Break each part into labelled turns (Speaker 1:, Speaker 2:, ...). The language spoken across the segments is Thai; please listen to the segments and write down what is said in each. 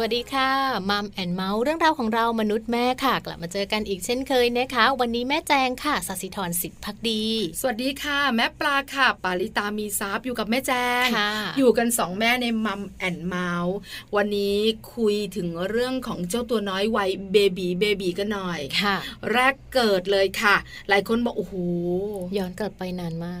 Speaker 1: สวัสดีค่ะมัมแอนเมาส์เรื่องราวของเรามนุษย์แม่ค่ะ กลับมาเจอกันอีกเช่นเคยนะคะ วันนี้แม่แจงค่ะสัสิธรสิทธิพักดี
Speaker 2: สวัสดีค่ะ แม่ปลาค่ะ ปาริตามีซับอยู่กับแม่แจ้ง
Speaker 1: ค่ะ
Speaker 2: อยู่กันสองแม่ในมัมแอนเมาส์วันนี้คุยถึงเรื่องของเจ้าตัวน้อยวัยเบบีเบบีกันหน่อย
Speaker 1: ค่ะ
Speaker 2: แรกเกิดเลยค่ะ หลายคนบอกโอ้โห
Speaker 1: ย้อนกลับไปนานมาก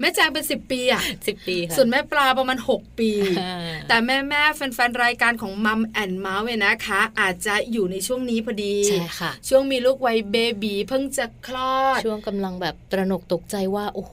Speaker 2: แม่แจงเป็น 10 ปีอะ
Speaker 1: สิบปีค่ะ
Speaker 2: ส่วนแม่ปลาประมาณ 6 ปี
Speaker 1: อ่า
Speaker 2: แต่แม่แม่ๆแฟนๆรายการของมัมแอนเมาส์เนี่ยนะคะ อาจจะอยู่ในช่วงนี้พอดี
Speaker 1: ใช่ค่ะ
Speaker 2: ช่วงมีลูกวัยเบบีเพิ่งจะคลอด
Speaker 1: ช่วงกำลังแบบตระหนกตกใจว่า โอ้โห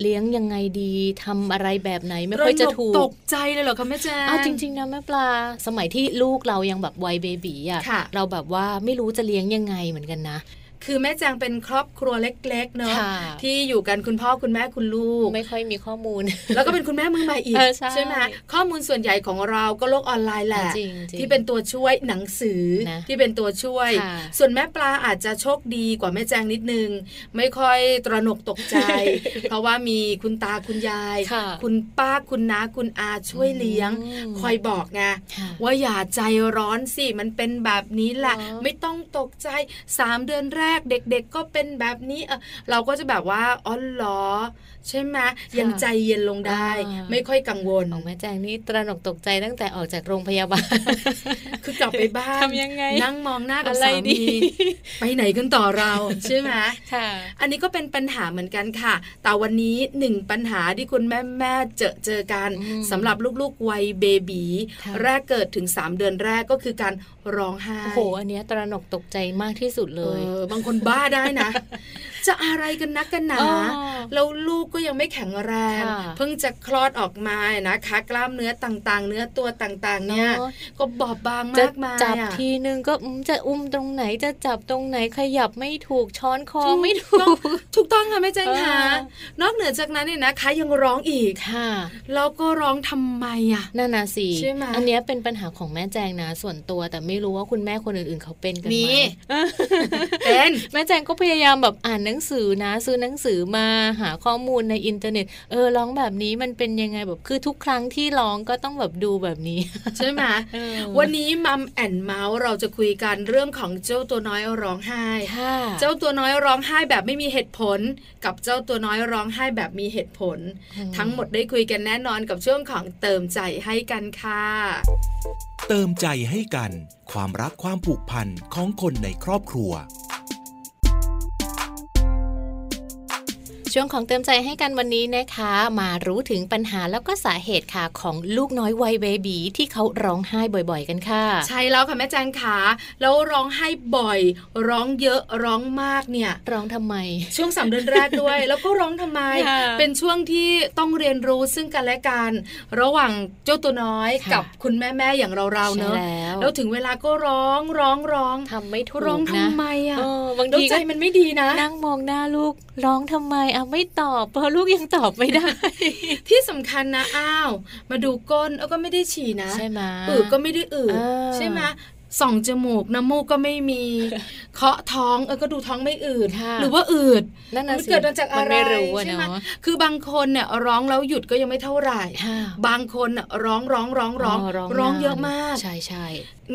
Speaker 1: เลี้ยงยังไงดีทำอะไรแบบไหนไม่ค่อยจะถู
Speaker 2: ต
Speaker 1: ก
Speaker 2: กใจเลยเหรอคะแม่แจ้ง
Speaker 1: เอาจริง ๆนะแม่ปลา สมัยที่ลูกเรายังแบบวัยเบบีอ่ะ
Speaker 2: ค่ะ
Speaker 1: เราแบบว่าไม่รู้จะเลี้ยงยังไงเหมือนกันนะ
Speaker 2: คือแม่แจงเป็นครอบครัวเล็ก ๆ เนอะ
Speaker 1: ค่ะ
Speaker 2: ที่อยู่กันคุณพ่อคุณแม่คุณลูก
Speaker 1: ไม่ค่อยมีข้อมูล
Speaker 2: แล้วก็เป็นคุณแม่มือใหม่อีก
Speaker 1: เออใช่
Speaker 2: ไหมข้อมูลส่วนใหญ่ของเราก็โลกออนไลน์แหละ
Speaker 1: จริงๆ
Speaker 2: ที่เป็นตัวช่วยหนังสือ
Speaker 1: นะ
Speaker 2: ที่เป็นตัวช่วย
Speaker 1: ค่ะ
Speaker 2: ส่วนแม่ปลาอาจจะโชคดีกว่าแม่แจงนิดนึง ไม่ค่อยตระหนกตก ใจ เพราะว่ามีคุณตาคุณยาย
Speaker 1: ค่ะ
Speaker 2: คุณป้าคุณน้าคุณอาช่วยเลี้ยง
Speaker 1: อืม
Speaker 2: คอยบอกไง
Speaker 1: ค่ะ
Speaker 2: ว่าอย่าใจร้อนสิ มันเป็นแบบนี้แหละ
Speaker 1: เหรอ
Speaker 2: ไม่ต้องตกใจสามเดือนแรกเด็กๆ ก็เป็นแบบนี้เออเราก็จะแบบว่าอ๋อเหรอ ใช่ไหมยังใจเย็นลงได้
Speaker 1: อ่า
Speaker 2: ไม่ค่อยกังวล
Speaker 1: ของแม่แจงนี่ตระหนกตกใจตั้งแต่ออกจากโรงพยาบาล
Speaker 2: คือกลับไปบ้าน
Speaker 1: ทำยังไง
Speaker 2: นั่งมองหน้ากับ
Speaker 1: อะไร
Speaker 2: สา
Speaker 1: ดี
Speaker 2: มีไปไหนกันต่อเรา ใช่ไหม
Speaker 1: ค่ะ
Speaker 2: อันนี้ก็เป็นปัญหาเหมือนกันค่ะ แต่วันนี้หนึ่งปัญหาที่คุณแม่แม่ๆเจอเจอกัน
Speaker 1: อืม
Speaker 2: สำหรับลูกๆวัยเบบี
Speaker 1: ค่ะ
Speaker 2: แรกเกิดถึงสามเดือนแรกก็คือการร้องไห้
Speaker 1: โอ้โห อันเนี้ยตระหนกตกใจมากที่สุดเลย
Speaker 2: เออบางคนบ้าได้นะ จะอะไรกันนักกันหนา
Speaker 1: อ๋อ
Speaker 2: แล้วลูกก็ยังไม่แข็งแรง
Speaker 1: ค่ะ
Speaker 2: เพิ่งจะคลอดออกมานะคะ กล้ามเนื้อต่างๆ เนื้อตัวต่างๆ เนี่ย
Speaker 1: เนอะ
Speaker 2: ก็บอบบาง
Speaker 1: จะ
Speaker 2: มากมาย
Speaker 1: จับ
Speaker 2: อะ
Speaker 1: ทีนึงก็อืมจะอุ้มตรงไหนจะจับตรงไหนขยับไม่ถูกช้อนคอไม่ถู
Speaker 2: ต้อง
Speaker 1: ก
Speaker 2: ถูกต้องค่ะแม่แจ้งค่ะ
Speaker 1: เออ
Speaker 2: นอกเหนือจากนั้นเนี่ยนะคะ ยังร้องอีก
Speaker 1: ค่ะ
Speaker 2: แล้วก็ร้องทำไมอะ
Speaker 1: นั่นนะสิ
Speaker 2: ใช่ไหม
Speaker 1: อันเนี้ยเป็นปัญหาของแม่แจงนะส่วนตัวแต่ไม่รู้ว่าคุณแม่คนอื่นๆเขาเป็นกันไหม
Speaker 2: เป็น
Speaker 1: แม่แจงก็พยายามแบบอ่านหนังสือนะ ซื้อหนังสือมาหาข้อมูลในอินเทอร์เน็ต เออร้องแบบนี้มันเป็นยังไงแบบคือทุกครั้งที่ร้องก็ต้องแบบดูแบบนี้
Speaker 2: ใช่ไหม
Speaker 1: เออ
Speaker 2: วันนี้มัมแอนเมาส์เราจะคุยกันเรื่องของเจ้าตัวน้อยร้องไห้
Speaker 1: ค่ะ
Speaker 2: เจ้าตัวน้อยร้องไห้แบบไม่มีเหตุผล กับเจ้าตัวน้อยร้องไห้แบบมีเหตุผล ทั้งหมดได้คุยกันแน่นอนกับช่วงของเติมใจให้กันค่ะ
Speaker 3: เติมใจให้กัน ความรักความผูกพันของคนในครอบครัว
Speaker 1: ช่วงของเติมใจให้กันวันนี้นะคะ มารู้ถึงปัญหาแล้วก็สาเหตุค่ะของลูกน้อยวัยเบบีที่เขาร้องไห้บ่อยๆกันค่ะ
Speaker 2: ใช่แล้วค่ะแม่แจงขาแล้วร้องไห้บ่อย ร้องเยอะร้องมากเนี่ย
Speaker 1: ร้องทำไม
Speaker 2: ช่วงสามเดือนแรกด้วย แล้วก็ร้องทำไม
Speaker 1: ค่ะ
Speaker 2: เป็นช่วงที่ต้องเรียนรู้ซึ่งกันและกันระหว่างเจ้าตัวน้อย
Speaker 1: ค่ะ
Speaker 2: กับคุณแม่แม่ๆอย่างเราเราๆเนอะ
Speaker 1: ใช่แล้ว
Speaker 2: แล้วถึงเวลาก็ร้องร้องร้อง
Speaker 1: ทำไม่ถูก
Speaker 2: ร้อง
Speaker 1: นะ
Speaker 2: ทำไมอ่ะ
Speaker 1: เออบาง
Speaker 2: แล้ว
Speaker 1: ที
Speaker 2: ใจ
Speaker 1: ก็
Speaker 2: มันไม่ดีนะ
Speaker 1: นั่งมองหน้าลูกร้องทำไมอ่ะไม่ตอบเพราะลูกยังตอบไม่ได้
Speaker 2: ที่สำคัญนะอ้าว มาดูก้นเอ้าก็ไม่ได้ฉี่นะ
Speaker 1: ใช่ไหม
Speaker 2: อืดก็ไม่ได้อืด
Speaker 1: อ่า
Speaker 2: ใช่ไหมส่องจมูกน้ำมูกก็ไม่มี เคาะท้องเออก็ดูท้องไม่อืด
Speaker 1: ค่ะ
Speaker 2: หรือว่าอืด
Speaker 1: นั่น
Speaker 2: มั
Speaker 1: นะ
Speaker 2: น
Speaker 1: สิ
Speaker 2: เกิดมาจากอะ
Speaker 1: มัน
Speaker 2: ไร
Speaker 1: ไม่รู้อะ
Speaker 2: ใช่ไหม
Speaker 1: เนาะ
Speaker 2: คือบางคนเนี่ยร้องแล้วหยุดก็ยังไม่เท่าไหร่
Speaker 1: ค่ะ
Speaker 2: บางคนน่ะร้องร้องร้องร้องร้องเยอะมาก
Speaker 1: ใช่ใช่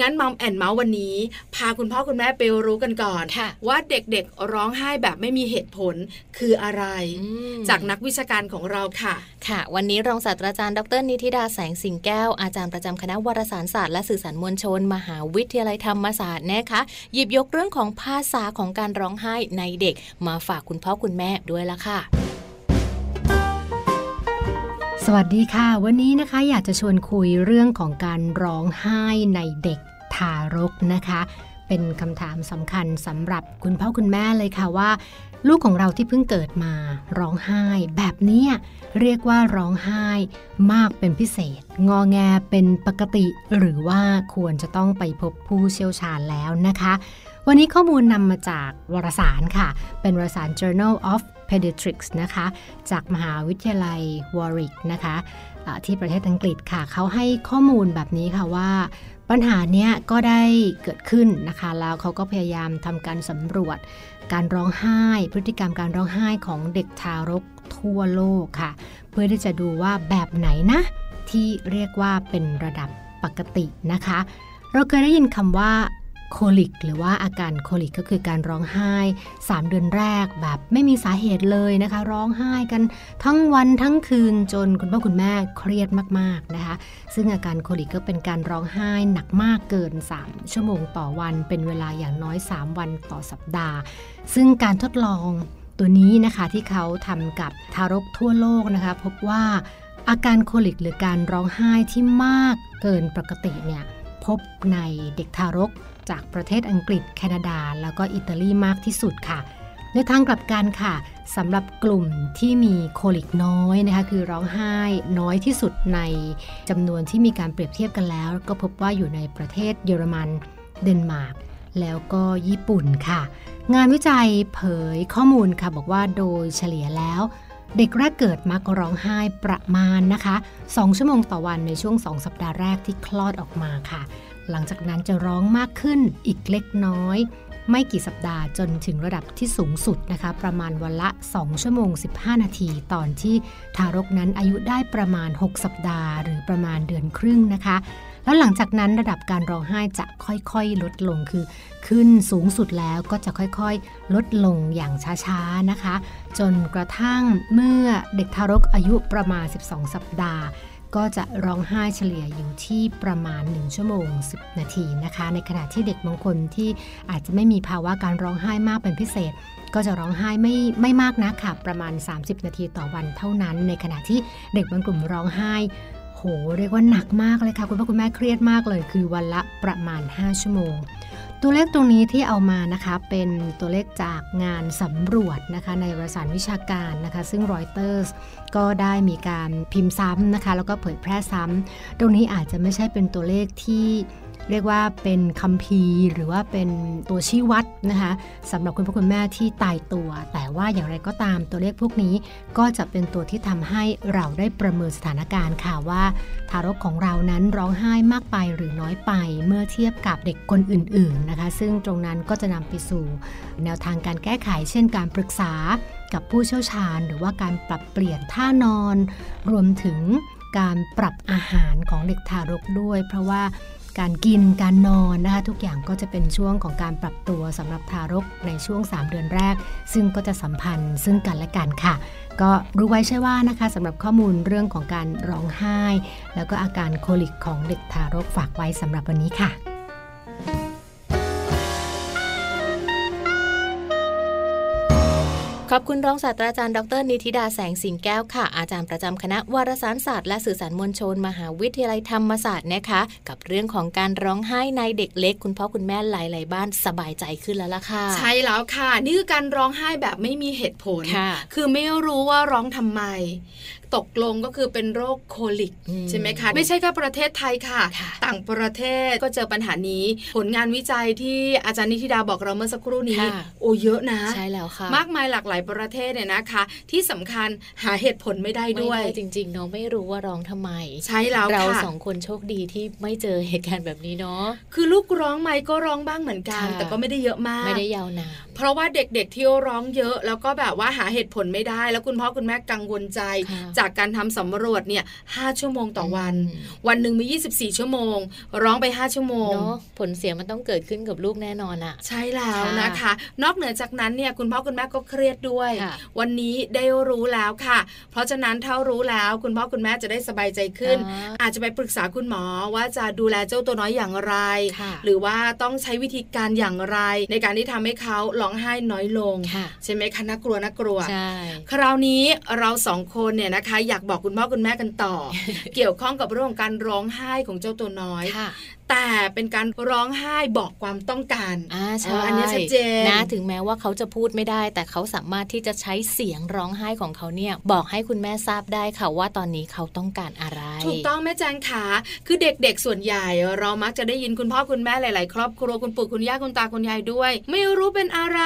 Speaker 2: งั้นมัมแอนเมาส์วันนี้ พาคุณพ่อคุณแม่ไปรู้กันก่อน
Speaker 1: ค่ะ
Speaker 2: ว่าเด็กๆร้องไห้แบบไม่มีเหตุผลคืออะไร
Speaker 1: อืม
Speaker 2: จากนักวิชาการของเราค่ะ
Speaker 1: ค่ะ วันนี้รองศาสตราจารย์ดรนิติดาแสงสิงแก้ว อาจารย์ประจำคณะวารสารศาสตร์และสื่อสารมวลชน มหาวิทยาลัยธรรมศาสตร์นะคะ หยิบยกเรื่องของภาษาของการร้องไห้ในเด็ก มาฝากคุณพ่อคุณแม่ด้วยละค่ะ
Speaker 4: สวัสดีค่ะ วันนี้นะคะอยากจะชวนคุยเรื่องของการร้องไห้ในเด็กทารกนะคะ เป็นคำถามสำคัญสำหรับคุณพ่อคุณแม่เลยค่ะว่า ลูกของเราที่เพิ่งเกิดมาร้องไห้ แบบเนี้ยเรียกว่าร้องไห้มากเป็นพิเศษ งอแงเป็นปกติ หรือว่าควรจะต้องไปพบผู้เชี่ยวชาญแล้วนะคะ วันนี้ข้อมูลนำมาจากวารสารค่ะ เป็นวารสาร Journal of Pediatrics นะคะ จากมหาวิทยาลัยวอริกนะคะอ่าที่ประเทศอังกฤษค่ะ เขาให้ข้อมูลแบบนี้ค่ะว่า ปัญหาเนี้ยก็ได้เกิดขึ้นนะคะ แล้วเขาก็พยายามทำการสำรวจ การร้องไห้ พฤติกรรมการร้องไห้ของเด็กทารกทั่วโลกค่ะ เพื่อที่จะดูว่าแบบไหนนะ ที่เรียกว่าเป็นระดับปกตินะคะ เราเคยได้ยินคำว่าโคลิก หรือว่าอาการโคลิกก็คือการร้องไห้ 3 เดือนแรกแบบไม่มีสาเหตุเลยนะคะ ร้องไห้กันทั้งวันทั้งคืนจนคุณพ่อคุณแม่เครียดมากๆนะคะ ซึ่งอาการโคลิกก็เป็นการร้องไห้หนักมากเกิน 3 ชั่วโมงต่อวัน เป็นเวลาอย่างน้อย 3 วันต่อสัปดาห์ ซึ่งการทดลองตัวนี้นะคะที่เขาทำกับทารกทั่วโลกนะคะ พบว่าอาการโคลิกหรือการร้องไห้ที่มากเกินปกติเนี่ยพบในเด็กทารกจากประเทศอังกฤษ แคนาดา แล้วก็อิตาลีมากที่สุดค่ะ ในทางกลับกันค่ะสำหรับกลุ่มที่มีโคลิกน้อยนะคะคือร้องไห้น้อยที่สุดในจำนวนที่มีการเปรียบเทียบกันแล้ว ก็พบว่าอยู่ในประเทศเยอรมันเดนมาร์กแล้วก็ญี่ปุ่นค่ะ งานวิจัยเผยข้อมูลค่ะบอกว่าโดยเฉลี่ยแล้ว เด็กแรกเกิดมักร้องไห้ประมาณนะคะ 2 ชั่วโมงต่อวันในช่วง 2 สัปดาห์แรกที่คลอดออกมาค่ะ หลังจากนั้นจะร้องมากขึ้นอีกเล็กน้อย ไม่กี่สัปดาห์จนถึงระดับที่สูงสุดนะคะ ประมาณวันละ 2 ชั่วโมง 15 นาที ตอนที่ทารกนั้นอายุได้ประมาณ 6 สัปดาห์ หรือประมาณเดือนครึ่งนะคะ แล้วหลังจากนั้นระดับการร้องไห้จะค่อยๆ ลดลงคือ ขึ้นสูงสุดแล้วก็จะค่อยๆ ลดลงอย่างช้าๆนะคะ จนกระทั่งเมื่อเด็กทารกอายุประมาณ 12 สัปดาห์ ก็จะร้องไห้เฉลี่ยอยู่ที่ประมาณ 1 ชั่วโมง 10 นาทีนะคะ ในขณะที่เด็กบางคนที่อาจจะไม่มีภาวะการร้องไห้มากเป็นพิเศษ ก็จะร้องไห้ไม่ไม่มากนะค่ะ ประมาณ 30 นาทีต่อวันเท่านั้น ในขณะที่เด็กบางกลุ่มร้องไห้ โห เรียกว่าหนักมากเลยค่ะคุณพ่อคุณแม่เครียดมากเลย คือวันละประมาณ 5 ชั่วโมง ตัวเลขตรงนี้ที่เอามานะคะ เป็นตัวเลขจากงานสำรวจนะคะ ในวารสารวิชาการนะคะ ซึ่งรอยเตอร์สก็ได้มีการพิมพ์ซ้ำนะคะ แล้วก็เผยแพร่ซ้ำตรงนี้อาจจะไม่ใช่เป็นตัวเลขที่เรียกว่าเป็นคัมภีร์หรือว่าเป็นตัวชี้วัดนะคะสำหรับคุณพ่อคุณแม่ที่ตายตัว แต่ว่าอย่างไรก็ตามตัวเลขพวกนี้ก็จะเป็นตัวที่ทำให้เราได้ประเมินสถานการณ์ค่ะว่า ทารกของเรานั้นร้องไห้มากไปหรือน้อยไปเมื่อเทียบกับเด็กคนอื่นๆนะคะ ซึ่งตรงนั้นก็จะนำไปสู่ แนวทางการแก้ไข เช่นการปรึกษากับผู้เชี่ยวชาญ หรือว่าการปรับเปลี่ยนท่านอน รวมถึงการปรับอาหารของเด็กทารกด้วย เพราะว่าการกินการนอนนะคะทุกอย่างก็จะเป็นช่วงของการปรับตัวสำหรับทารกในช่วง 3 เดือนแรก ซึ่งก็จะสัมพันธ์ซึ่งกันและกันค่ะ ก็รู้ไว้ใช่ว่านะคะสำหรับข้อมูลเรื่องของการร้องไห้ แล้วก็อาการโคลิกของเด็กทารกฝากไว้สำหรับวันนี้ค่ะ
Speaker 1: ขอบคุณรองศาสตราจารย์ดรนิติดาแสงสิงแก้วค่ะ อาจารย์ประจำคณะวารสารศาสตร์และสื่อสารมวลชน มหาวิทยาลัยธรรมศาสตร์นะคะ กับเรื่องของการร้องไห้ในเด็กเล็ก คุณพ่อคุณแม่หลายๆบ้านสบายใจขึ้นแล้วล่ะค่ะ
Speaker 2: ใช่แล้วค่ะ นี่คือการร้องไห้แบบไม่มีเหตุผล
Speaker 1: ค่ะ
Speaker 2: อไม่รู้ว่าร้องทำไม ตกลงก็คือเป็นโรคโคลิก
Speaker 1: อืม
Speaker 2: ใช่ไหมคะไม่ใช่แค่ประเทศไทยค่ะ
Speaker 1: ค่ะ
Speaker 2: ต่างประเทศก็เจอปัญหานี้ ผลงานวิจัยที่อาจารย์นิธิดาบอกเราเมื่อสักครู่นี้ โอ้เยอะนะ
Speaker 1: ใช่แล้วค่ะ
Speaker 2: มากมายหลากหลายประเทศเนี่ยนะคะ ที่สำคัญหาเหตุผลไม่ได้
Speaker 1: ไม่
Speaker 2: ด้วย
Speaker 1: ได้จริงๆเนาะไม่รู้ว่าร้องทำไม
Speaker 2: ใช่แล้ว
Speaker 1: เรา
Speaker 2: ค่ะ
Speaker 1: สองคนโชคดีที่ไม่เจอเหตุการณ์แบบนี้เนาะ
Speaker 2: คือลูกร้องไหมก็ร้องบ้างเหมือนกัน
Speaker 1: ค่ะ
Speaker 2: แต่ก็ไม่ได้เยอะมาก
Speaker 1: ไม่ได้ยาวนาน
Speaker 2: เพราะว่าเด็กๆที่ร้องเยอะ แล้วก็แบบว่าหาเหตุผลไม่ได้ แล้วคุณพ่อคุณแม่กังวลใจ
Speaker 1: ค่ะ
Speaker 2: จากการทำสำรวจเนี่ย5ชั่วโมงต่อวัน วันหนึ่งมี 24 ชั่วโมง ร้องไป 5 ชั่วโมง
Speaker 1: เนาะผลเสียมันต้องเกิดขึ้นกับลูกแน่นอนอะ
Speaker 2: ใช่แล้ว
Speaker 1: ค่ะ
Speaker 2: นะคะ นอกเหนือจากนั้นเนี่ยคุณพ่อคุณแม่ก็เครียดด้วย
Speaker 1: ค่ะ
Speaker 2: วันนี้ได้รู้แล้วค่ะ เพราะฉะนั้นถ้ารู้แล้วคุณพ่อคุณแม่จะได้สบายใจขึ้น
Speaker 1: อ่า
Speaker 2: อาจจะไปปรึกษาคุณหมอว่าจะดูแลเจ้าตัวน้อยอย่างไร
Speaker 1: ค่ะ
Speaker 2: หรือว่าต้องใช้วิธีการอย่างไร ในการที่ทำให้เขาร้องไห้น้อยลง
Speaker 1: ค่ะ
Speaker 2: ใช่ไหมคะน่ากลัวน่ากลัว
Speaker 1: ใช่
Speaker 2: คราวนี้เราสองคนเนี่ยนะคะ อยากบอกคุณพ่อคุณแม่กัน ต่อ เกี่ยวข้องกับเรื่องของการร้องไห้ของเจ้าตัวน้อย
Speaker 1: ค่ะ
Speaker 2: แต่เป็นการร้องไห้บอกความต้องการ
Speaker 1: อ่าใช่
Speaker 2: เอออันเนี้ยชัดเจน
Speaker 1: นะถึงแม้ว่าเขาจะพูดไม่ได้ แต่เขาสามารถที่จะใช้เสียงร้องไห้ของเขาเนี่ย บอกให้คุณแม่ทราบได้ค่ะว่าตอนนี้เขาต้องการอะไร
Speaker 2: ถูกต้องแม่แจงขาคือเด็กๆส่วนใหญ่ เรามักจะได้ยินคุณพ่อคุณแม่หลาย ๆ ครอบครัวคุณปู่คุณย่าคุณตาคุณยายด้วย ไม่รู้เป็นอะไร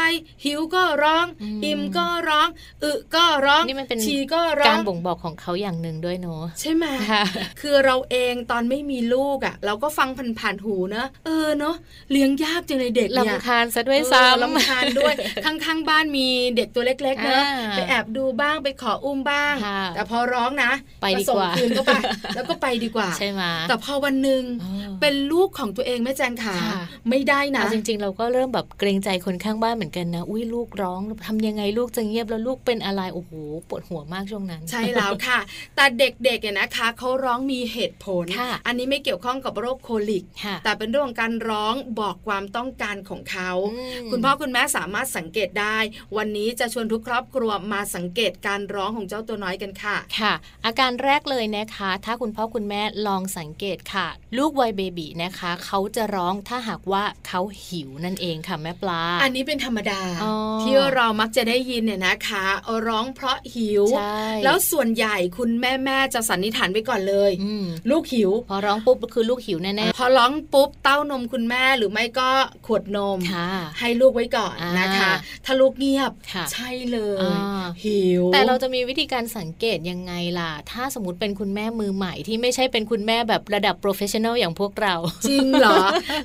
Speaker 2: หิวก็ร้อง
Speaker 1: อืม
Speaker 2: อิ่มก็ร้อง อึก็ร้อง
Speaker 1: นี่มันเป็น
Speaker 2: ฉี่ก็ร้อ
Speaker 1: การ
Speaker 2: ง
Speaker 1: บ่งบอกของเขาอย่างหนึ่งด้วยเนาะ
Speaker 2: ใช่ไหม
Speaker 1: ค่ะ
Speaker 2: คือเราเองตอนไม่มีลูกอะ่ะ เราก็ฟัง ผ่านหูเนอะเออเนอะเลี้ยงยากจังเลยเด็กเนี่ย
Speaker 1: ลำคาญซะด้วยซ้ำ
Speaker 2: ลำคาญด้วย ข้างๆบ้านมีเด็กตัวเล็กๆเนอะ
Speaker 1: อ่า
Speaker 2: ไปแอบดูบ้างไปขออุ้มบ้าง
Speaker 1: ค่ะ
Speaker 2: แต่พอร้องนะ
Speaker 1: ไปดี
Speaker 2: ส่
Speaker 1: ก
Speaker 2: ง
Speaker 1: ว่า
Speaker 2: คืนก็ ไปแล้วก็ไปดีกว่า
Speaker 1: ใช่ไหม
Speaker 2: แต่พอวันหนึ่ง
Speaker 1: อ๋อ
Speaker 2: เป็นลูกของตัวเองแม่แจงขา
Speaker 1: ค่ะ
Speaker 2: ไม่ได้นะ
Speaker 1: เอาจริง ๆ เราก็เริ่มแบบเกรงใจคนข้างบ้านเหมือนกันนะ อุ้ยลูกร้องทำยังไงลูกจะเงียบแล้วลูกเป็นอะไรโอ้โหปวดหัวมากช่วงนั้น
Speaker 2: ใช่แล้วค่ะ แต่เด็กๆเนี่ยนะคะเขาร้องมีเหตุผล
Speaker 1: ค่ะ
Speaker 2: อันนี้ไม่เกี่ยวข้องกับโรคโคลิก
Speaker 1: ค่ะ
Speaker 2: แต่เป็นเรื่องของการร้องบอกความต้องการของเขา
Speaker 1: อืม
Speaker 2: คุณพ่อคุณแม่สามารถสังเกตได้ วันนี้จะชวนทุกครอบครัวมาสังเกตการร้องของเจ้าตัวน้อยกันค่ะ
Speaker 1: ค่ะ อาการแรกเลยนะคะ ถ้าคุณพ่อคุณแม่ลองสังเกตค่ะ ลูกวัยเบบีนะคะ เขาจะร้องถ้าหากว่าเขาหิวนั่นเองค่ะแม่ปลา
Speaker 2: อันนี้เป็นธรรมดา
Speaker 1: อ๋อ
Speaker 2: ที่เรามักจะได้ยินเนี่ยนะคะร้องเพราะหิว
Speaker 1: ใช่
Speaker 2: แล้วส่วนใหญ่คุณแม่แม่ๆจะสันนิษฐานไว้ก่อนเลย
Speaker 1: อืม
Speaker 2: ลูกหิว
Speaker 1: พอร้องปุ๊บคือลูกหิวแน่
Speaker 2: พอร้องปุ๊บเต้านมคุณแม่หรือไม่ก็ขวดนม
Speaker 1: ๆค่ะ
Speaker 2: ให้ลูกไว้ก่อนนะคะ
Speaker 1: อ่า
Speaker 2: ถ้าลูกเงียบ
Speaker 1: ค่ะ
Speaker 2: ใช่เลย
Speaker 1: อ่า
Speaker 2: หิว
Speaker 1: แต่เราจะมีวิธีการสังเกตยังไงล่ะ ถ้าสมมติเป็นคุณแม่มือใหม่ที่ไม่ใช่เป็นคุณแม่แบบระดับโปรเฟชชั่นอลอย่างพวกเรา
Speaker 2: จริงเหรอ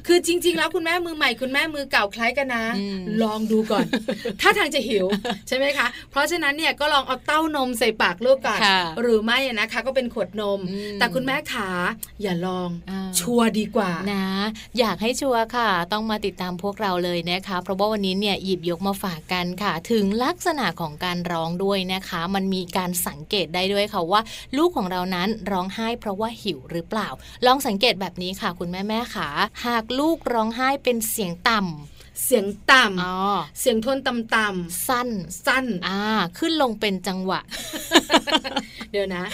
Speaker 2: คือจริง ๆ แล้วคุณแม่มือใหม่คุณแม่มือเก่าคล้ายกันนะ
Speaker 1: อืม
Speaker 2: ลองดูก่อน ถ้าทางจะ หิว ใช่ไหมคะ เพราะฉะนั้นเนี่ยก็ลองเอาเต้านมใส่ปากลูกก่อน
Speaker 1: ค่ะ
Speaker 2: หรือไม่อะนะคะ ก็เป็นขวดนม
Speaker 1: อืม
Speaker 2: แต่คุณแม่ขาอย่าลอง
Speaker 1: อ่า
Speaker 2: ชัวร์ดีกว่า
Speaker 1: นะ อยากให้ชัวร์ค่ะ ต้องมาติดตามพวกเราเลยนะคะ เพราะว่าวันนี้เนี่ยหยิบยกมาฝากกันค่ะ ถึงลักษณะของการร้องด้วยนะคะ มันมีการสังเกตได้ด้วยค่ะว่า ลูกของเรานั้นร้องไห้เพราะว่าหิวหรือเปล่า ลองสังเกตแบบนี้ค่ะ คุณแม่แม่ๆค่ะ หากลูกร้องไห้เป็นเสียงต่ำ
Speaker 2: เสียงต่
Speaker 1: อ๋อ
Speaker 2: ำเสียงโทนต่ำ
Speaker 1: สั้น
Speaker 2: ๆสั้น
Speaker 1: อ่าขึ้นลงเป็นจังหวะ
Speaker 2: เดี๋ยวนะ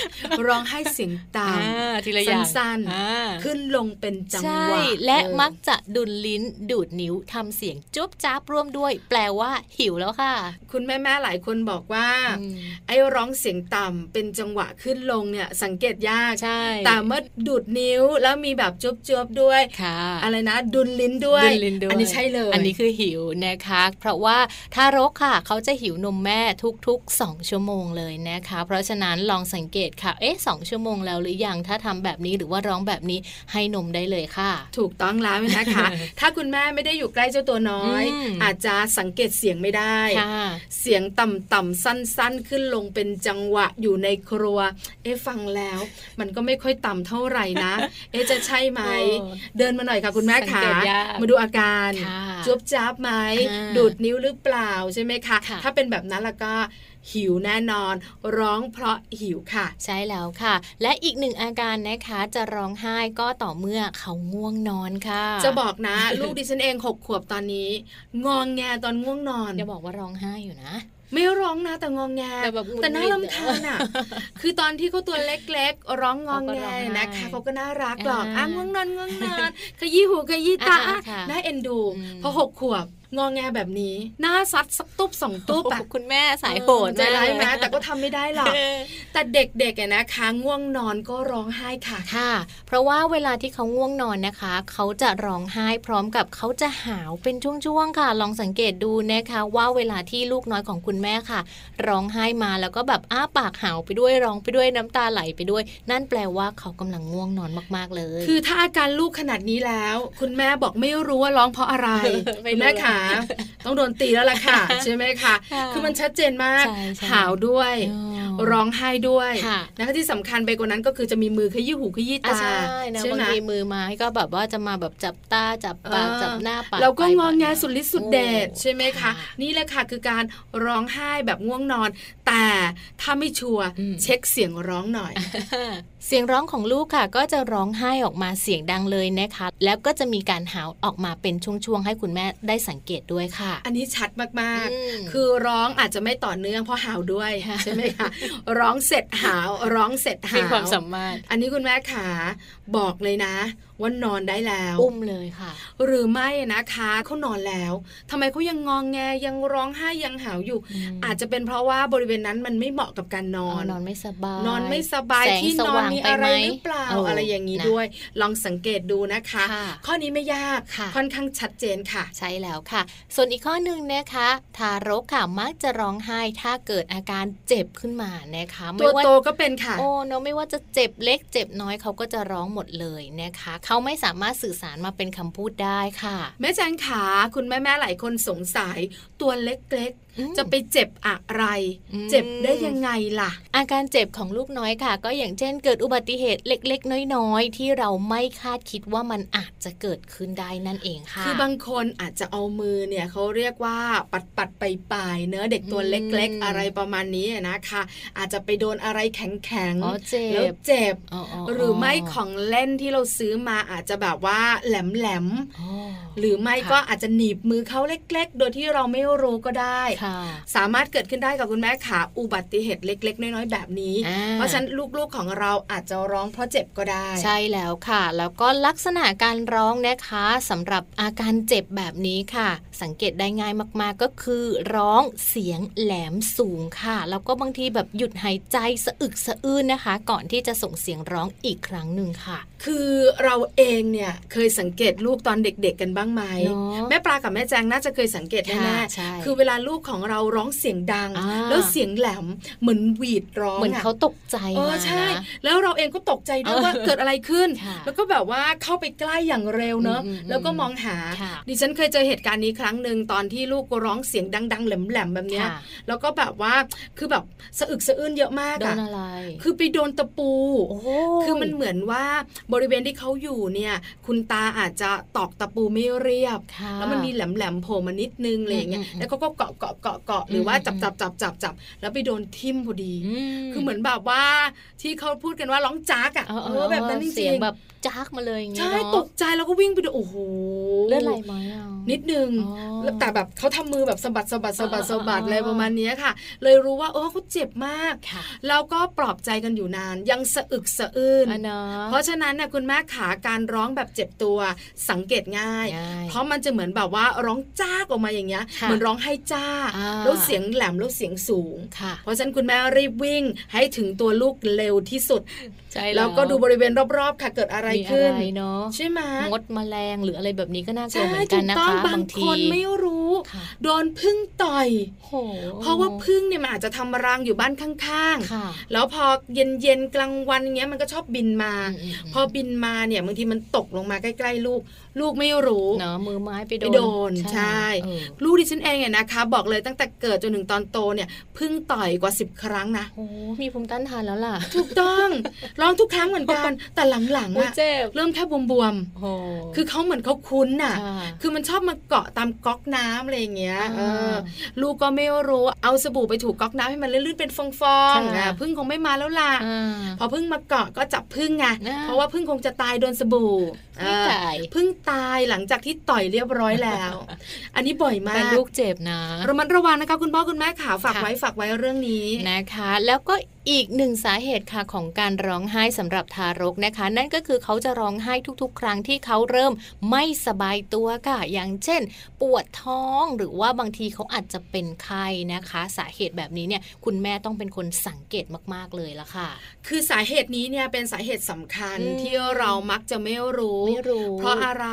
Speaker 2: ร้องไห้เสียงต่
Speaker 1: อ่าทีละอย่าง
Speaker 2: ำสั้น
Speaker 1: อ่า
Speaker 2: ๆขึ้นลงเป็นจัง
Speaker 1: ใช่
Speaker 2: หวะ
Speaker 1: และ
Speaker 2: เออ
Speaker 1: มักจะดุลลิ้นดูดนิ้วทำเสียงจุ๊บจ้าบร่วมด้วย แปลว่าหิวแล้วค่ะ
Speaker 2: คุณแม่ ๆ หลายคนบอกว่า
Speaker 1: อืม
Speaker 2: ไอ้ร้องเสียงต่ำเป็นจังหวะขึ้นลงเนี่ย สังเกตยาก
Speaker 1: ใช่
Speaker 2: แต่เมื่อดูดนิ้วแล้วมีแบบจุ๊บๆด้วย
Speaker 1: ค่ะ
Speaker 2: อะไรนะ ดุลลิ้นด้วย
Speaker 1: ดุลลิ้นด้วย
Speaker 2: อันนี้ใช่เลย
Speaker 1: อันนี้คือหิวนะคะ เพราะว่าทารกค่ะ เขาจะหิวนมแม่ทุกๆ 2 ชั่วโมงเลยนะคะ เพราะฉะนั้นลองสังเกตค่ะ เอ๊ะสชั่วโมงแล้วหรือยัง ถ้าทำแบบนี้หรือว่าร้องแบบนี้ให้นมได้เลยค่ะ
Speaker 2: ถูกต้องแล้วนะคะ ถ้าคุณแม่ไม่ได้อยู่ใกล้เจ้าตัวน้อย
Speaker 1: อืม
Speaker 2: อาจจะสังเกตเสียงไม่ได้
Speaker 1: ค่ะ
Speaker 2: เสียงต่ำๆสั้นๆ ขึ้นลงเป็นจังหวะอยู่ในครัว เอ๊ะฟังแล้ว มันก็ไม่ค่อยต่ำเท่าไหร่นะ เอ๊ะจะใช่ไหม
Speaker 1: เออ
Speaker 2: เดินมาหน่อยค่ะคุณแม่
Speaker 1: สัง
Speaker 2: ขา
Speaker 1: เกตยาก
Speaker 2: มาดูอาการ
Speaker 1: ค่ะ
Speaker 2: จุบจับไหม
Speaker 1: อ่า
Speaker 2: ดูดนิ้วหรือเปล่าใช่ไหมคะ
Speaker 1: ค่ะ
Speaker 2: ถ้าเป็นแบบนั้นแล้วก็หิวแน่นอน ร้องเพราะหิวค่ะ
Speaker 1: ใช่แล้วค่ะ และอีกหนึ่งอาการนะคะจะร้องไห้ก็ต่อเมื่อเขาง่วงนอนค่ะ
Speaker 2: จะบอกนะ ลูกดิฉันเองหกขวบตอนนี้ งองแงตอนง่วงนอน
Speaker 1: อย่าบอกว่าร้องไห้อยู่นะ
Speaker 2: ไม่ร้องนะแต่งองแง
Speaker 1: แต่แบบหงุดหงิด
Speaker 2: แต่น่ารำคาญอ่ะ คือตอนที่เขาตัวเล็กๆ ร้องงองแงนะคะ
Speaker 1: เขาก็ร้องไห้
Speaker 2: เขาก็น่ารักหรอก
Speaker 1: อ่า
Speaker 2: อ้างวงนอนง่วงนอนขยี้หูขยี้ตา
Speaker 1: อ่าค่ะ
Speaker 2: น่าเอ็นดู
Speaker 1: อืม
Speaker 2: พอหกขวบงองแงแบบนี้หน้าซัดสักตุ๊บสองตุ๊บอะ
Speaker 1: โอ้โหคุณแม่สายโหด
Speaker 2: ใจร้ายนะ
Speaker 1: มากเลย
Speaker 2: แต่ก็ทำไม่ได้ หรอก
Speaker 1: เออ
Speaker 2: แต่เด็กๆอะนะคะง่วงนอนก็ร้องไห้ค่ะ
Speaker 1: ค่ะ เพราะว่าเวลาที่เขาง่วงนอนนะคะ เขาจะร้องไห้พร้อมกับเขาจะหาวเป็นช่วงๆค่ะ ลองสังเกตดูนะคะ ว่าเวลาที่ลูกน้อยของคุณแม่ค่ะ ร้องไห้มาแล้วก็แบบอ้าปากหาวไปด้วยร้องไปด้วยน้ำตาไหลไปด้วย นั่นแปลว่าเขากำลังง่วงนอนมากๆเลย
Speaker 2: คือถ้าอาการลูกขนาดนี้แล้ว คุณแม่บอกไม่รู้ว่าร้องเพราะอะไร
Speaker 1: ไม่รู้
Speaker 2: คุณแม่ขาต้องโดนตีแล้วล่ะค่ะ ใช่ไหมคะ
Speaker 1: ค่ะ
Speaker 2: คือมันชัดเจนมาก
Speaker 1: ใช่ใช่
Speaker 2: หาวด้วย
Speaker 1: อ๋อ
Speaker 2: ร้องไห้ด้วย
Speaker 1: ค่ะ
Speaker 2: นะคะที่สำคัญไปกว่านั้นก็คือจะมีมือขยี้หูขยี้
Speaker 1: อ่ะ
Speaker 2: ตา
Speaker 1: ใช่นะบาง
Speaker 2: ม
Speaker 1: ทีมือไม้ก็แบบว่าจะมาแบบจับตาจับปาก
Speaker 2: เออ
Speaker 1: จับหน้าปาก
Speaker 2: เราก็
Speaker 1: ไป
Speaker 2: งองแง
Speaker 1: แบบ
Speaker 2: สุดฤทธิ์สุดเดช
Speaker 1: โอ้
Speaker 2: ใช่ไหมคะ
Speaker 1: ค่ะ
Speaker 2: นี่แหละค่ะคือการร้องไห้แบบง่วงนอน แต่ถ้าไม่ชัวร์
Speaker 1: อืม
Speaker 2: เช็คเสียงร้องหน่อย
Speaker 1: เสียงร้องของลูกค่ะ ก็จะร้องไห้ออกมาเสียงดังเลยนะคะ แล้วก็จะมีการหาวออกมาเป็นช่วงๆให้คุณแม่ได้สังเกตด้วยค่ะ
Speaker 2: อันนี้ชัดมาก
Speaker 1: อืม
Speaker 2: ๆ คือร้องอาจจะไม่ต่อเนื่องเพราะหาวด้วย
Speaker 1: ค่ะ
Speaker 2: ใช่ไหมคะร้องเสร็จหาวร้องเสร็จหาวอันนี้คุณแม่ขาบอกเลยนะว่านอนได้แล้ว
Speaker 1: อุ้มเลยค่ะ
Speaker 2: หรือไม่นะคะเขานอนแล้วทำไมเขายังงองแงยังร้องไห้ยังหาวอยู่
Speaker 1: อืม
Speaker 2: อาจจะเป็นเพราะว่าบริเวณนั้นมันไม่เหมาะกับการนอน
Speaker 1: นอนไม่สบาย
Speaker 2: นอนไม่สบาย
Speaker 1: แง
Speaker 2: ที่
Speaker 1: ส
Speaker 2: นอน
Speaker 1: ว่าง
Speaker 2: มี
Speaker 1: ป
Speaker 2: อะไร
Speaker 1: หม
Speaker 2: หรือเปล่า
Speaker 1: เ
Speaker 2: อะไรอย่างนี้
Speaker 1: ะ
Speaker 2: ด้วย ลองสังเกตดูนะคะ
Speaker 1: ค่ะ
Speaker 2: ข้อนี้ไม่ยาก
Speaker 1: ค่ะ
Speaker 2: ค่อนข้างชัดเจนค่ะ
Speaker 1: ใช่แล้วค่ะ ส่วนอีกข้อหนึ่งนะคะ ทารกค่ะมักจะร้องไห้ถ้าเกิดอาการเจ็บขึ้นมานะคะ
Speaker 2: ตัว
Speaker 1: ไม่า
Speaker 2: โตก็เป็นค่ะ
Speaker 1: โอ้เนอะไม่ว่าจะเจ็บเล็กเจ็บน้อยเขาก็จะร้องหมดเลยนะคะค เขาไม่สามารถสื่อสารมาเป็นคำพูดได้ค่ะ
Speaker 2: แม่แจงขาคุณแม่แม่ๆหลายคนสงสัยตัวเล็ก
Speaker 1: อืม
Speaker 2: ๆ จะไปเจ็บอะไร
Speaker 1: อืม
Speaker 2: เจ็บได้ยังไงล่ะ
Speaker 1: อาการเจ็บของลูกน้อยค่ะ ก็อย่างเช่นเกิดอุบัติเหตุเล็กๆ น้อยๆ ที่เราไม่คาดคิดว่ามันอาจจะเกิดขึ้นได้นั่นเองค่ะ
Speaker 2: คือบางคนอาจจะเอามือเนี่ยเขาเรียกว่าปัดปัดไปปลายๆเนื้อะเด็กตัว
Speaker 1: อืม
Speaker 2: เล็ก ๆ อะไรประมาณนี้นะคะ อาจจะไปโดนอะไรแข็ง
Speaker 1: อ๋อเจ็
Speaker 2: ๆแล้ว
Speaker 1: บ
Speaker 2: เจ็บ
Speaker 1: อ๋อ
Speaker 2: หรือไม่ของเล่นที่เราซื้อมาอาจจะแบบว่าแหลม
Speaker 1: อ๋อ
Speaker 2: ๆหรือไม่
Speaker 1: ค่ะ
Speaker 2: ก็อาจจะหนีบมือเขาเล็ก ๆ โดยที่เราไม่รู้ก็ได้
Speaker 1: ค่ะ
Speaker 2: สามารถเกิดขึ้นได้กับคุณแม่ขาอุบัติเหตุเล็ก ๆ น้อยๆแบบนี้
Speaker 1: อ่
Speaker 2: เพราะฉะนั้นลูกๆของเราอาจจะร้องเพราะเจ็บก็ได้
Speaker 1: ใช่แล้วค่ะ แล้วก็ลักษณะการร้องนะคะสำหรับอาการเจ็บแบบนี้ค่ะ สังเกตได้ง่ายมากๆก็คือร้องเสียงแหลมสูงค่ะ แล้วก็บางทีแบบหยุดหายใจสะอึกสะอื้นนะคะ ก่อนที่จะส่งเสียงร้องอีกครั้งหนึ่งค่ะ
Speaker 2: คือเราเองเนี่ยเคยสังเกตลูกตอนเด็กๆกันบ้างไหม
Speaker 1: เนาะ
Speaker 2: แม่ปลากับแม่แจงน่าจะเคยสังเกต
Speaker 1: ค่ะ
Speaker 2: แน่
Speaker 1: ใช่
Speaker 2: ๆคือเวลาลูกของเราร้องเสียงดัง
Speaker 1: อ่า
Speaker 2: แล้วเสียงแหลมเหมือนหวีดร้อง
Speaker 1: เหมือนเขา
Speaker 2: อะ
Speaker 1: ตกใจ
Speaker 2: เออ
Speaker 1: มา
Speaker 2: ใช่
Speaker 1: นะ
Speaker 2: แล้วเราเองก็ตกใจด้วย
Speaker 1: เออ
Speaker 2: ว่าเกิดอะไรขึ้น
Speaker 1: ค่ะ
Speaker 2: แล้วก็แบบว่าเข้าไปใกล้อย่างเร็วเนอะ
Speaker 1: อืมอืม
Speaker 2: แล้วก็มองหา
Speaker 1: ค่ะ
Speaker 2: ดิฉันเคยเจอเหตุการณ์นี้ครั้งหนึ่งตอนที่ลูกร้องเสียงดัง ๆ แหลมๆแบบเนี้ย
Speaker 1: ค่ะ
Speaker 2: แล้วก็แบบว่าคือแบบสะอึกสะอื้นเยอะมาก
Speaker 1: โด
Speaker 2: อะ
Speaker 1: นอะไร
Speaker 2: คือไปโดนตะปู
Speaker 1: โย
Speaker 2: คือมันเหมือนว่าบริเวณที่เขาอยู่เนี่ยคุณตาอาจจะตอกตะปูไม่เรียบ
Speaker 1: ค่ะ
Speaker 2: แล้วมันมีแหลมๆโผล่มานิดนึงอะไรอย่างเงี้ย
Speaker 1: อืมอืม
Speaker 2: แล้วเขาก็เกาะเกาะเกาะเกาะหรือว่า
Speaker 1: อืม
Speaker 2: จับจับจับจับจับแล้วไปโดนทิ่มพอดี
Speaker 1: ม
Speaker 2: คือเหมือนแบบว่าที่เขาพูดกันว่าร้องจากอ่ะ
Speaker 1: เออเอ
Speaker 2: เออ
Speaker 1: อ
Speaker 2: แบบนั้นจ
Speaker 1: เสี
Speaker 2: ริ
Speaker 1: ย
Speaker 2: ง
Speaker 1: งแบบจ้ากมาเลยอย่าง
Speaker 2: ๆ
Speaker 1: เงี้ย
Speaker 2: ใช่
Speaker 1: เนาะ
Speaker 2: ตกใจแล้วก็วิ่งไปดูโอ้โห
Speaker 1: เลือดไหลไหมอ่ะ
Speaker 2: นิดนึง
Speaker 1: อ๋อ
Speaker 2: แล้วแต่แบบเขาทำมือแบบสะบัดสะบัดสะบัดสะบัด
Speaker 1: อ่าๆๆ
Speaker 2: อะไรประมาณเนี้ยค่ะ เลยรู้ว่าโอ้เขาเจ็บมาก
Speaker 1: ค่ะ
Speaker 2: แล้วก็ปลอบใจกันอยู่นาน ยังสะอึกสะอื้น
Speaker 1: อ่ะเนาะ
Speaker 2: เพราะฉะนั้นเนี่ยคุณแม่ขาการร้องแบบเจ็บตัวสังเกตง่าย
Speaker 1: ง่าย
Speaker 2: เพราะมันจะเหมือนแบบว่าร้องจ้ากออกมาอย่างเงี้ย
Speaker 1: ค่ะ
Speaker 2: เหมือนร้องให้จ้า
Speaker 1: อ่า
Speaker 2: แล้วเสียงแหลมแล้วเสียงสูง
Speaker 1: ค่ะ
Speaker 2: เพราะฉะนั้นคุณแม่รีบวิ่งให้ถึงตัวลูกเร็วที่สุด
Speaker 1: ใช่
Speaker 2: แล้วก็ดูบริเวณรอบๆ ค่ะเกิดอะไร
Speaker 1: มี
Speaker 2: ขึ้น
Speaker 1: ไรเนาะ
Speaker 2: ใช่ไหม
Speaker 1: งดแมลงหรืออะไรแบบนี้ก็น่ากลัว
Speaker 2: ใช่
Speaker 1: เหมือนกั
Speaker 2: ถู
Speaker 1: น
Speaker 2: ก
Speaker 1: นะ
Speaker 2: ต้อง
Speaker 1: คะ
Speaker 2: บางคนไม่รู้
Speaker 1: ค่ะ
Speaker 2: โดนพึ่งต่อย
Speaker 1: โห
Speaker 2: เพราะว่าพึ่งเนี่ยมันอาจจะทำรังอยู่บ้านข้าง
Speaker 1: ค่ะ
Speaker 2: ๆ แล้วพอเย็นๆกลางวันอย่างเงี้ยมันก็ชอบบินมา
Speaker 1: มมม
Speaker 2: พอบินมาเนี่ยบางทีมันตกลงมาใกล้ๆลูก ลูกไม่รู้
Speaker 1: เนาะมือไม้ไปโดน
Speaker 2: ไปโดนใช่
Speaker 1: เออ
Speaker 2: ลูกดิฉันเองเนี่ยนะคะ บอกเลยตั้งแต่เกิดจนถึงตอนโตเนี่ยเพึ่งต่อยกว่า 10 ครั้งนะ
Speaker 1: โหมีภูมิต้านทานแล้วล่ะ
Speaker 2: ถูกต้อง ร้องทุกครั้งเหมือนกัน แต่หลังๆ
Speaker 1: โอ้
Speaker 2: อะ
Speaker 1: เจ็บ
Speaker 2: เริ่มแค่บวม
Speaker 1: โห
Speaker 2: ๆ คือเขาเหมือนเขาคุ้นน่ะ
Speaker 1: ค่ะ
Speaker 2: คือมันชอบมาเกาะตามก๊อกน้ำอะไรอย่างเงี้ย
Speaker 1: า
Speaker 2: เออ ลูกก็ไม่รู้เอาสบู่ไปถูกก๊อกน้ำให้มันลื่นๆเป็นฟองๆ
Speaker 1: ค่ะ
Speaker 2: อ่ะพึ่งคงไม่มาแล้วล่ะ
Speaker 1: อ่า
Speaker 2: พอพึ่งมาเกาะก็จับพึ่งไง
Speaker 1: อ่า
Speaker 2: เพราะว่าพึ่งคงจะตายโดนสบู่เอ
Speaker 1: ไม่
Speaker 2: อ
Speaker 1: จ่าย
Speaker 2: เพิ่งตายหลังจากที่ต่อยเรียบร้อยแล้ว อันนี้บ่อยมา
Speaker 1: แต่
Speaker 2: ก
Speaker 1: ลูกเจ็บนะ
Speaker 2: ระมัดระวังนะคะ คุณพ่อคุณแม่ขาฝาก
Speaker 1: ค่ะ
Speaker 2: ไว้ฝากไว้เรื่องนี้
Speaker 1: นะคะแล้วก็อีกหนึ่งสาเหตุค่ะของการร้องไห้สำหรับทารกนะคะ นั่นก็คือเขาจะร้องไห้ทุกๆ ครั้งที่เขาเริ่มไม่สบายตัวค่ะ อย่างเช่น ปวดท้องหรือว่าบางทีเขาอาจจะเป็นไข้นะคะ สาเหตุแบบนี้เนี่ยคุณแม่ต้องเป็นคนสังเกตมากๆเลยละค่ะ
Speaker 2: คือสาเหตุนี้เนี่ยเป็นสาเหตุสำคัญ
Speaker 1: อืม
Speaker 2: ที่เรามักจะไม่รู้
Speaker 1: ไม่รู้
Speaker 2: เพราะอะไร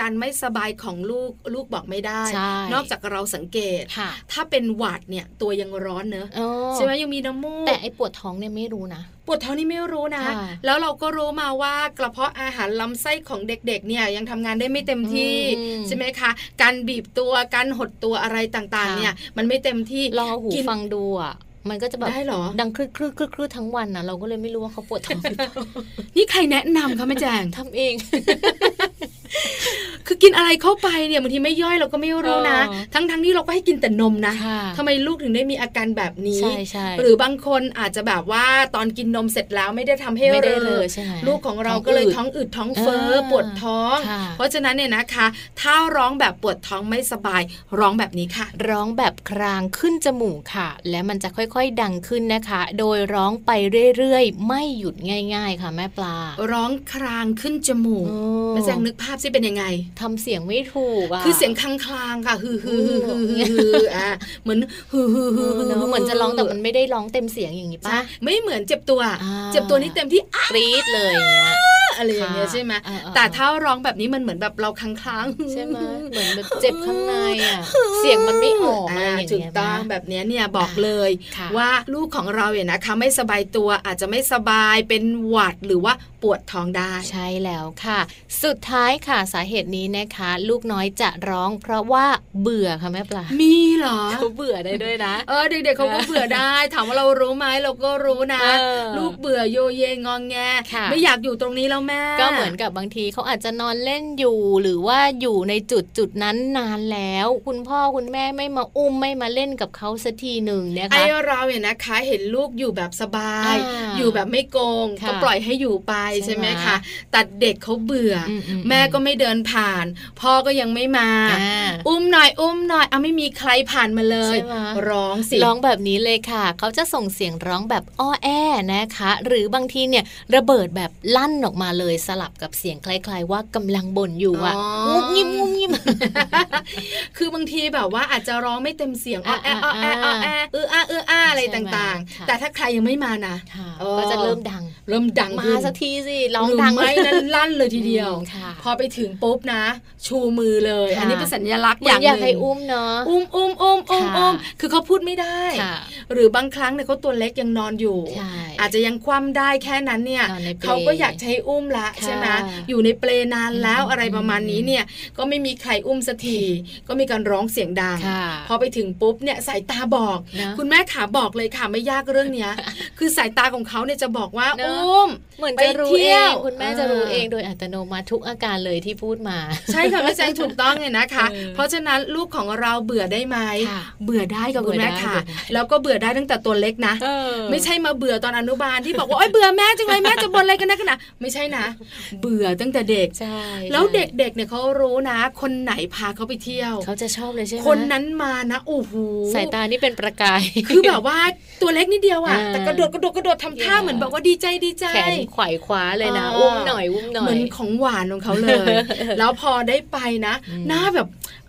Speaker 2: การไม่สบายของลูกลูกบอกไม่ได้
Speaker 1: ใช่
Speaker 2: นอกจากเราสังเกต
Speaker 1: ค่ะ
Speaker 2: ถ้าเป็นหวัดเนี่ยตัวยังร้อนเนอะ
Speaker 1: อ๋อ
Speaker 2: ใช่ไหมยังมีน้ำมูก
Speaker 1: แต่ไอปวดท้องเนี่ยไม่รู้นะ
Speaker 2: ปวดท้องนี่ไม่รู้นะ
Speaker 1: ค่ะ
Speaker 2: แล้วเราก็รู้มาว่ากระเพาะอาหารลำไส้ของเด็กๆเนี่ยยังทำงานได้ไม่เต็มที่
Speaker 1: อืม
Speaker 2: ใช่ไหมคะ การบีบตัว การหดตัวอะไรต่างๆ เนี่ย มันไม่เต็มที่
Speaker 1: ลองเอาหู
Speaker 2: กิน
Speaker 1: ฟังดูอ่ะมันก็จะแบบ
Speaker 2: ได้เหรอ
Speaker 1: ดังครึกครึกครึกครึกทั้งวันนะเราก็เลยไม่รู้ว่าเขาปวดท้องหรือเปล่า
Speaker 2: นี่ใครแนะนำคะแม่แจง
Speaker 1: ทำเอง
Speaker 2: คือกินอะไรเข้าไปเนี่ยบางทีไม่ย่อยเราก็ไม่รู้นะ
Speaker 1: เออ
Speaker 2: ทั้งๆที่เราก็ให้กินแต่นมนะ
Speaker 1: ค่ะ
Speaker 2: ทำไมลูกถึงได้มีอาการแบบนี้
Speaker 1: ใช่ใช่
Speaker 2: หรือบางคนอาจจะแบบว่าตอนกินนมเสร็จแล้วไม่ได้ทำให้
Speaker 1: ไม่ได้
Speaker 2: ร
Speaker 1: เล
Speaker 2: อย
Speaker 1: ใช่ไหม
Speaker 2: ลูกของเราก็เลยท้องอืดท้องเฟ้อ
Speaker 1: เออ
Speaker 2: ปวดท้อง
Speaker 1: ค่ะ
Speaker 2: เพราะฉะนั้นเนี่ยนะคะ ถ้าร้องแบบปวดท้องไม่สบายร้องแบบนี้ค่ะ
Speaker 1: ร้องแบบครางขึ้นจมูกค่ะ และมันจะค่อยๆดังขึ้นนะคะ โดยร้องไปเรื่อยๆ ไม่หยุดง่าย ๆ ค่ะแม่ปลา
Speaker 2: ร้องครางขึ้นจมูกแม่แจงนึกภาพสิเป็นยังไง
Speaker 1: ทำเสียงไม่ถูกอ่ะ
Speaker 2: คือเสียงคลางคลางๆค่ะฮือฮือฮือฮือฮือฮืออ่ะเหมือนฮือฮือ
Speaker 1: เอ
Speaker 2: ฮือ
Speaker 1: อ
Speaker 2: ฮื
Speaker 1: เนอะเหมือนจะร้องแต่มันไม่ได้ร้องเต็มเสียงอย่างนี้
Speaker 2: ใช่
Speaker 1: ป่ะ
Speaker 2: ไม่เหมือนเจ็บตัว
Speaker 1: อ่า
Speaker 2: เจ็บตัวนี่เต็มที่อ้าก
Speaker 1: รี๊ดเลยอย่างเงี้ย
Speaker 2: อะไรอย่างเงี้ยใช่ไหม
Speaker 1: ค่ะเออๆ
Speaker 2: แต่ถ้าร้องแบบนี้มันเหมือนแบบเราคลางคลาง
Speaker 1: ใช่ไหมเหมือนแบบเจ็บข้างในอ่ะเสียงมันไม่ออกอะไรอย่างเงี้ย
Speaker 2: ถูกต้อง
Speaker 1: นะ
Speaker 2: แบบเนี้ยเนี่ยบอกเลย
Speaker 1: ค่ะ
Speaker 2: ว่าลูกของเราเนี่ยนะคะไม่สบายตัวอาจจะไม่สบายเป็นหวัดหรือว่า ปวดท้องได้
Speaker 1: ใช่แล้วค่ะ สุดท้ายค่ะสาเหตุนี้นะคะ ลูกน้อยจะร้อง เพราะว่าเบื่อค่ะแม่ปลา
Speaker 2: มีเหรอ
Speaker 1: เขาเบื่อได้ด้วยนะ
Speaker 2: เออเด็กๆเขาก็เบื่อได้ ถามว่าเรารู้ไหมเราก็รู้นะ
Speaker 1: เออ
Speaker 2: ลูกเบื่อโยเยงองแง
Speaker 1: ค่ะ
Speaker 2: ไม่อยากอยู่ตรงนี้แล้วแม่
Speaker 1: ก็เหมือนกับบางทีเขาอาจจะนอนเล่นอยู่ หรือว่าอยู่ในจุดจุดนั้นนานแล้ว คุณพ่อคุณแม่ไม่มาอุ้มไม่มาเล่นกับเขาสักทีหนึ่งนะ
Speaker 2: ไอ
Speaker 1: คะ
Speaker 2: เราเนี่ยนะคะเห็นลูกอยู่แบบสบาย
Speaker 1: อ่า
Speaker 2: อยู่แบบไม่โกง
Speaker 1: ค่ะ
Speaker 2: ก็ปล่อยให้อยู่ไป
Speaker 1: ใช่
Speaker 2: ใช่ไหม
Speaker 1: ไหม
Speaker 2: คะแต่เด็กเขาเบื่ออ
Speaker 1: อืๆๆ
Speaker 2: แม่ก็ไม่เดินผ่าน พ่อก็ยังไม่มา
Speaker 1: อ่า
Speaker 2: อุ้มหน่อยอุ้มหน่อยเอาไม่มีใครผ่านมาเลย
Speaker 1: ใช่ไหม
Speaker 2: ร้องสิ
Speaker 1: ร้องแบบนี้เลยค่ะ เขาจะส่งเสียงร้องแบบอ้อแอนะคะ หรือบางทีเนี่ยระเบิดแบบลั่นออกมาเลยสลับกับเสียงคล้ายๆ ว่ากำลังบ่นอยู่อ่ะ
Speaker 2: อ๋อ
Speaker 1: งุบงิบงุบงิบ
Speaker 2: คือบางทีแบบว่าอาจจะร้องไม่เต็มเสียงอ้อแอ้อ
Speaker 1: อ่า
Speaker 2: อแอ้ออแอ้เอออ้าเอออ้าอะไร
Speaker 1: ใช่ไหม
Speaker 2: ต่าง
Speaker 1: ค่ะ
Speaker 2: ๆ แต่ถ้าใครยังไม่มานะ
Speaker 1: ค่ะ
Speaker 2: อ๋อ
Speaker 1: ก็จะเริ่มดัง
Speaker 2: เริ่มดัง
Speaker 1: มา
Speaker 2: ขึ้น
Speaker 1: สักทีสิร้องดัง
Speaker 2: หรือไม่นั้นลั่นเลยทีเดียว
Speaker 1: อืมค่ะ
Speaker 2: พอไปถึงปุ๊บนะ ชูมือเลย
Speaker 1: ค่ะ
Speaker 2: อันนี้เป็นสัญลักษณ์
Speaker 1: เหมือย่
Speaker 2: อาน ง
Speaker 1: อยาก
Speaker 2: นึ่ง
Speaker 1: ให้อุ้มเนาะ
Speaker 2: อุ้มอุ้มอุ้มอุ้ม
Speaker 1: ค่ะ
Speaker 2: อุ้มคือเขาพูดไม่ได้
Speaker 1: ค่ะ
Speaker 2: หรือบางครั้งเนี่ยเขาตัวเล็กยังนอนอยู่
Speaker 1: ใช่
Speaker 2: อาจจะยังคว่ำได้แค่นั้นเนี่ย
Speaker 1: นอนในเปล
Speaker 2: เขาก็อยากจะให้อุ้มละ
Speaker 1: ค่ะ
Speaker 2: ใช่ไหมอยู่ในเปลนานแล้ว
Speaker 1: อืม
Speaker 2: อะไรประมาณนี้เนี่ยก็ไม่มีใครอุ้มสักทีก็มีการร้องเสียงดัง
Speaker 1: ค่ะ
Speaker 2: พอไปถึงปุ๊บเนี่ยสายตาบอก
Speaker 1: เนอะ
Speaker 2: คุณแม่ขาบอกเลยค่ะไม่ยากเรื่องเนี้ย คือสายตาของเขาเนี่ยจะบอกว่า
Speaker 1: เนอะ
Speaker 2: อุ้ม
Speaker 1: เหมือนจะรู้
Speaker 2: ไปเที่
Speaker 1: เอ
Speaker 2: ยว
Speaker 1: งคุณแม่จะรู้
Speaker 2: อ่า
Speaker 1: เองโดยอัตโนมัติทุกอาการเลยที่พูดมา
Speaker 2: ใช่ค่ะแม่แจงถูกต้องเลยนะคะ
Speaker 1: เออ
Speaker 2: เพราะฉะนั้นลูกของเราเบื่อได้ไหม
Speaker 1: ค่ะ
Speaker 2: เบื่อได้กับคุณแม่ค่ะ
Speaker 1: เบื่อได้
Speaker 2: แล้วก็เบื่อได้ตั้งแต่ตัวเล็กนะ
Speaker 1: เออ
Speaker 2: ไม่ใช่มาเบื่อตอนอนุบาลที่บอกว่าโอ๊ยเบื่อแม่จังเลยแม่จะบ่นอะไรกันนะกันนะไม่ใช่นะ เบื่อตั้งแต่เด็ก
Speaker 1: ใช่
Speaker 2: แล้วเด็กๆเนี่ยเขารู้นะ คนไหนพาเขาไปเที่ยว
Speaker 1: เขาจะชอบเลยใช่ไหม
Speaker 2: คนนั้นมานะโอ้โห
Speaker 1: สายตานี่เป็นประกาย
Speaker 2: คือแบบว่าตัวเล็กนิดเดียวอ่ะ
Speaker 1: อ่า
Speaker 2: แต่กระโดดกระโดดกระโดดทำท่า
Speaker 1: เออ
Speaker 2: เหมือนแบบว่าดีใจดีใจ
Speaker 1: แขนไขว่คว้าเลยนะ
Speaker 2: เอออุ้
Speaker 1: อุ้มหน่อยอุ้มหน่อ
Speaker 2: เหมื
Speaker 1: ย
Speaker 2: อนของหวานของเขาเลย แล้วพอได้ไปนะ
Speaker 1: อืม
Speaker 2: หน้าแบบ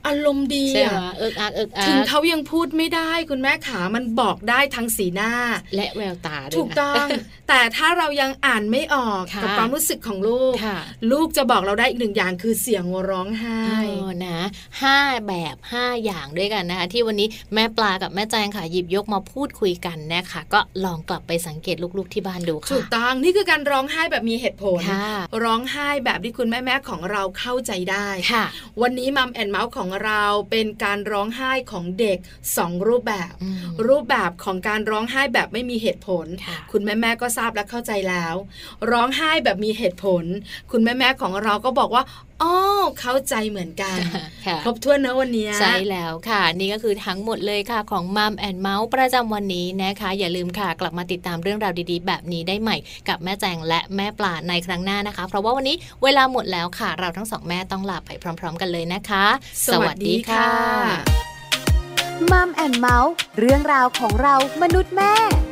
Speaker 2: อารมณ์ดี
Speaker 1: ใช่ไหม
Speaker 2: อะ
Speaker 1: เอิกอักเอิกอั
Speaker 2: ถึง
Speaker 1: ก
Speaker 2: เขายังพูดไม่ได้คุณแม่ขา มันบอกได้ทั้งสีหน้า
Speaker 1: และแววตาด้วยนะ
Speaker 2: ถูกต้อง แต่ถ้าเรายังอ่านไม่ออก
Speaker 1: ค่ะ
Speaker 2: กับความรู้สึกของลูก
Speaker 1: ค่ะ
Speaker 2: ลูกจะบอกเราได้อีกหนึ่งอย่างคือเสียงร้องไห้
Speaker 1: เออนะห้าแบบห้าอย่างด้วยกันนะคะ ที่วันนี้แม่ปลากับแม่แจงค่ะหยิบยกมาพูดคุยกันนะคะ ก็ลองกลับไปสังเกตลูกๆที่บ้านดู
Speaker 2: ถู
Speaker 1: ค่ะ
Speaker 2: กต้อง นี่คือการร้องไห้แบบมีเหตุผล
Speaker 1: ค่ะ
Speaker 2: ร้องไห้แบบที่คุณแม่แม่ๆของเราเข้าใจได้
Speaker 1: ค่ะ
Speaker 2: วันนี้มัมแอนเมาส์ของเราเป็นการร้องไห้ของเด็กสองรูปแบบ
Speaker 1: อืม
Speaker 2: รูปแบบของการร้องไห้แบบไม่มีเหตุผล
Speaker 1: ค่ะ
Speaker 2: คุณแม่แม่ๆก็ทราบและเข้าใจแล้ว ร้องไห้แบบมีเหตุผล คุณแม่แม่ๆของเราก็บอกว่าอ๋อเข้าใจเหมือนกัน
Speaker 1: ค่ะ
Speaker 2: ครบถ้วนนะวันเนี้ย
Speaker 1: ใช่แล้วค่ะ นี่ก็คือทั้งหมดเลยค่ะของมัมแอนเมาส์ประจำวันนี้นะคะ อย่าลืมค่ะ กลับมาติดตามเรื่องราวดีๆ แบบนี้ได้ใหม่ กับแม่แจงและแม่ปลาในครั้งหน้านะคะ เพราะว่าวันนี้เวลาหมดแล้วค่ะ เราทั้งสองแม่ต้องลาไปพร้อม ๆ กันเลยนะคะ
Speaker 5: มัมแอนเมาส์เรื่องราวของเรามนุษย์แม่